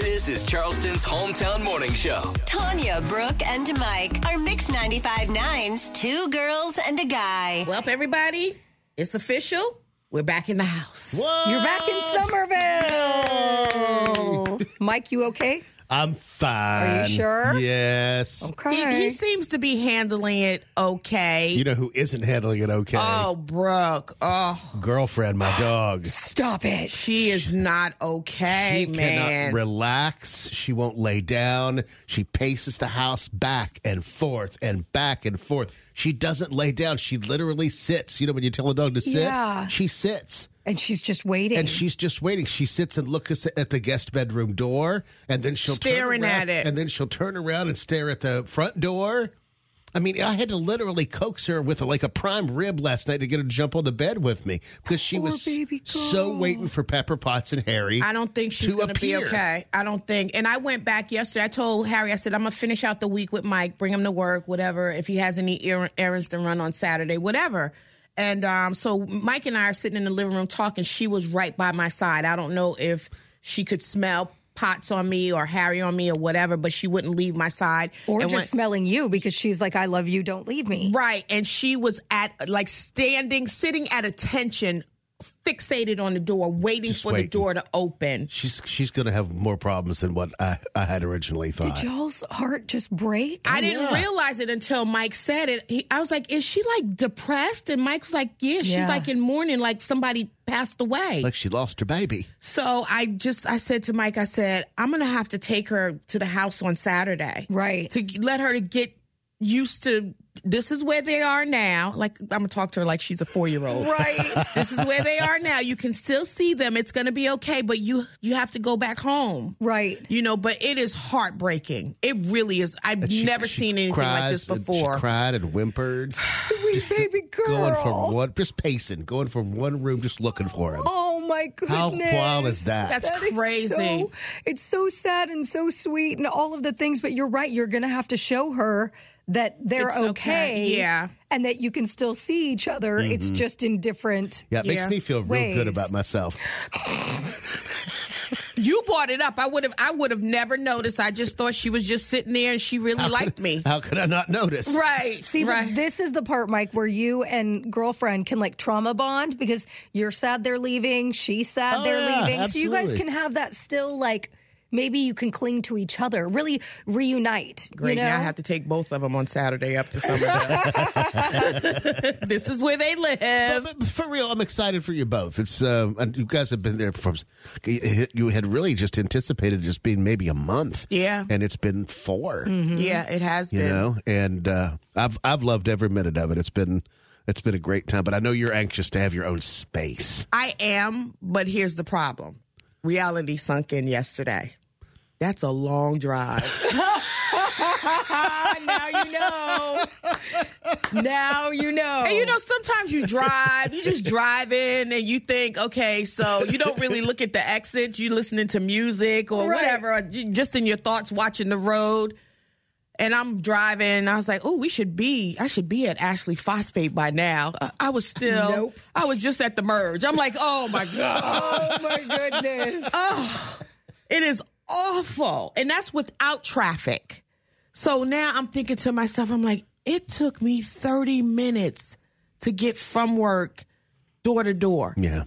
This is Charleston's hometown morning show. Tanya, Brooke, and Mike are Mix 95.9's two girls and a guy. Well, everybody, it's official. We're back in the house. You're back in Somerville. Mike, you okay? I'm fine. Are you sure? Oh, Yes. He, Okay. he seems to be handling it okay. You know who isn't handling it okay? oh, Brooke. Oh, Girlfriend, my dog. Stop it. she is not okay, She man. cannot relax. She won't lay down. She paces the house back and forth and back and forth. She doesn't lay down. She literally sits. You know when you tell a dog to sit? Yeah. She sits. And she's just waiting. And she's just waiting. She sits and looks at the guest bedroom door, and then she'll Staring turn around, at it. and then she'll turn around and stare at the front door. I mean, I had to literally coax her with like a prime rib last night to get her to jump on the bed with me because she was baby so waiting for Pepper Potts and Harry. I don't think she's to going to be appear. okay. I don't think. And I went back yesterday. I told Harry, I said, I'm going to finish out the week with Mike, bring him to work, whatever, if he has any er- errands to run on Saturday, whatever. And um, so Mike and I are sitting in the living room talking. She was right by my side. I don't know if she could smell pots on me or Harry on me or whatever, but she wouldn't leave my side. or And just when- smelling you because she's like, I love you, don't leave me. Right. And she was at like standing, sitting at attention, fixated on the door, waiting for the waiting. door to open. She's she's going to have more problems than what I, I had originally thought. Did y'all's heart just break? I didn't realize it until Mike said it. He, I was like, "Is she like depressed?" And Mike was like, "Yeah, she's Yeah. like in mourning, like somebody passed away." like she lost her baby. so I just I said to Mike, I said, "I'm gonna have to take her to the house on Saturday, Right. To let her to get used to this is where they are now. Like I'm gonna talk to her like she's a four year old, Right. this is where they are now. You can still see them. It's gonna be okay, but you you have to go back home." right. You know, but it is heartbreaking. It really is. I've She- never she seen anything like this cries and before. She cried and whimpered. Sweet baby girl. Going from one, just pacing, going from one room, just looking for him. Oh my goodness. How wild is that? That's That is crazy. so- it's so sad and so sweet and all of the things, but you're right. You're going to have to show her that they're It's okay, yeah. And that you can still see each other. It's just in different. Mm-hmm. Yeah, it Yeah. makes me feel real Ways. good about myself. You brought it up. I would have. I would have never noticed. I just thought she was just sitting there and she really liked me. How could I not notice? Right. See, but right. this is the part, Mike, where you and girlfriend can like trauma bond because you're sad they're leaving, she's sad Oh, they're yeah, leaving. So you guys absolutely. can have that still like maybe you can cling to each other, really reunite. Great. You know? Now I have to take both of them on Saturday up to Somerville. this is where they live. But For real, I'm excited for you both. It's uh, and you guys have been there from. You had really just anticipated just being maybe a month. Yeah. Mm-hmm. and it's been 4 Yeah, it has Mm-hmm. You been. know, and uh, I've I've loved every minute of it. It's been it's been a great time. But I know you're anxious to have your own space. I am, but here's the problem. Reality sunk in yesterday. That's a long drive. now you know. now you know. And you know, sometimes you drive, you just drive in and you think, okay, so you don't really look at the exits, you listening to music or Right. whatever, or you- just in your thoughts watching the road. And I'm driving, and I was like, oh, we should be, I should be at Ashley Phosphate by now. I, I was still, Nope. I was just at the merge. I'm like, oh my God, Oh, oh my goodness. it is awful. And that's without traffic. So now I'm thinking to myself, I'm like, it took me 30 minutes to get from work door to door. Yeah.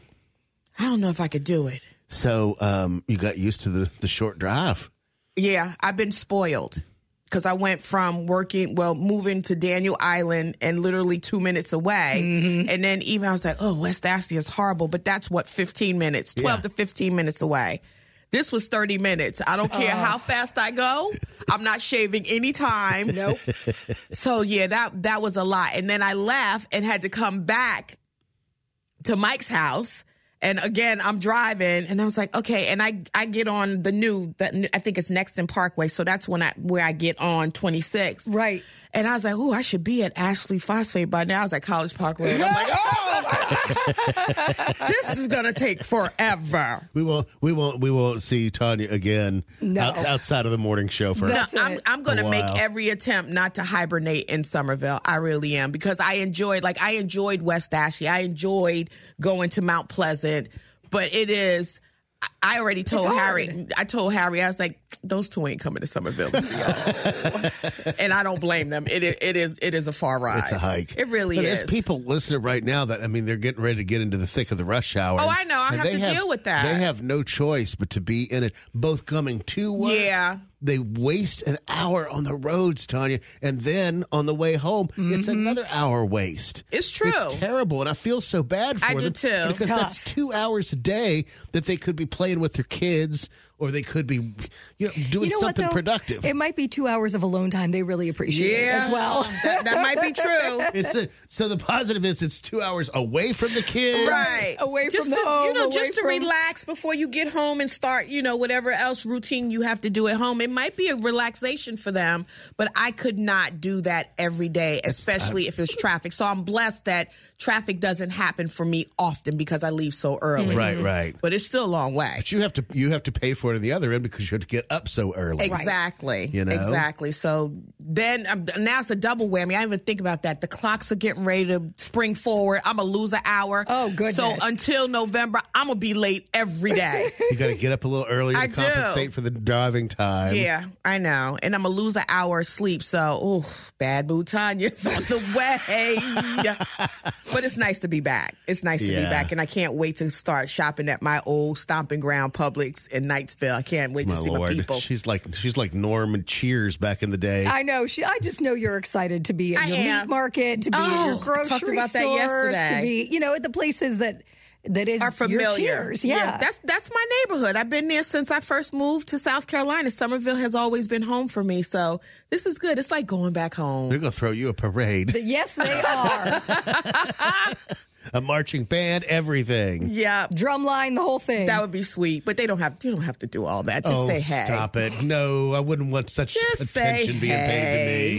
I don't know if I could do it. So um, you got used to the the short drive. Yeah, I've been spoiled because I went from working, well, moving to Daniel Island and literally two minutes away. And then even I was like, oh, West Ashley is horrible, but that's what, 15 minutes, 12 to 15 minutes away. This was 30 minutes. I don't care how fast I go. I'm not shaving any time. Nope. so yeah, that that was a lot. And then I left and had to come back to Mike's house. And again, I'm driving, and I was like, okay. And I I get on the new that I think it's Nexton Parkway, so that's when I where I get on 26. Right. And I was like, oh, I should be at Ashley Phosphate by now. I was like, College Park Road. I'm like, oh, my gosh. this is gonna take forever. We won't we won't we won't see Tanya again No. outs- outside of the morning show for No, That's I'm, it. I'm going to A make while. every attempt not to hibernate in Somerville. I really am because I enjoyed, like, I enjoyed West Ashley. I enjoyed going to Mount Pleasant, but it is. I- I already told hard. Harry. I told Harry. I was like, those two ain't coming to Somerville to see us, and I don't blame them. It i- it is it is a far ride. It's a hike. It really But is. There's people listening right now that I mean they're getting ready to get into the thick of the rush hour. Oh, I know. I And have they to deal with that. They have no choice but to be in it. Both coming to work. Yeah. They waste an hour on the roads, Tanya, and then on the way home, it's another hour waste. Mm-hmm. It's true. It's terrible, and I feel so bad for I them. do too. Because that's Tough. two hours a day that they could be playing with their kids, or they could be, you know, doing something though? productive. It might be two hours of alone time. They really appreciate it yeah, as well. that, that might be true. It's a, so the positive is it's two hours away from the kids. Right. Away just from to, home, You know, away just to from- relax before you get home and start, you know, whatever else routine you have to do at home. It might be a relaxation for them, but I could not do that every day, especially if it's traffic. So I'm blessed that traffic doesn't happen for me often because I leave so early. Right, right. But it's still a long way. But you have to you have to pay for it on the other end because you have to get up so early. Exactly. You know? Exactly. So then um, now it's a double whammy. I didn't even think about that. The clocks are getting ready to spring forward. I'm gonna lose an hour. Oh, goodness. So until November, I'm gonna be late every day. You got to get up a little early to I do. compensate for the driving time. yeah, I know. And I'm gonna lose an hour of sleep. So, ooh, bad mood, Tanya's on the way. but it's nice to be back. It's nice to Yeah. be back, and I can't wait to start shopping at my old stomping ground, Publix in Knightsville. I can't wait My to see my lord, people. she's like she's like Norm and Cheers back in the day. I know. She, I just know you're excited to be at I your am. meat market, to be at Oh, your grocery talked about that stores, to yesterday. be you know at the places that that is are familiar. Your cheers. Yeah. that's that's my neighborhood. I've been there since I first moved to South Carolina. Somerville has always been home for me, so this is good. It's like going back home. They're gonna throw you a parade, yes, they are. a marching band, everything. Yeah, Drumline, the whole thing. that would be sweet, but they don't have you don't have to do all that. Just oh, say hey. stop it! No, I wouldn't want such Just say attention being paid to me. hey.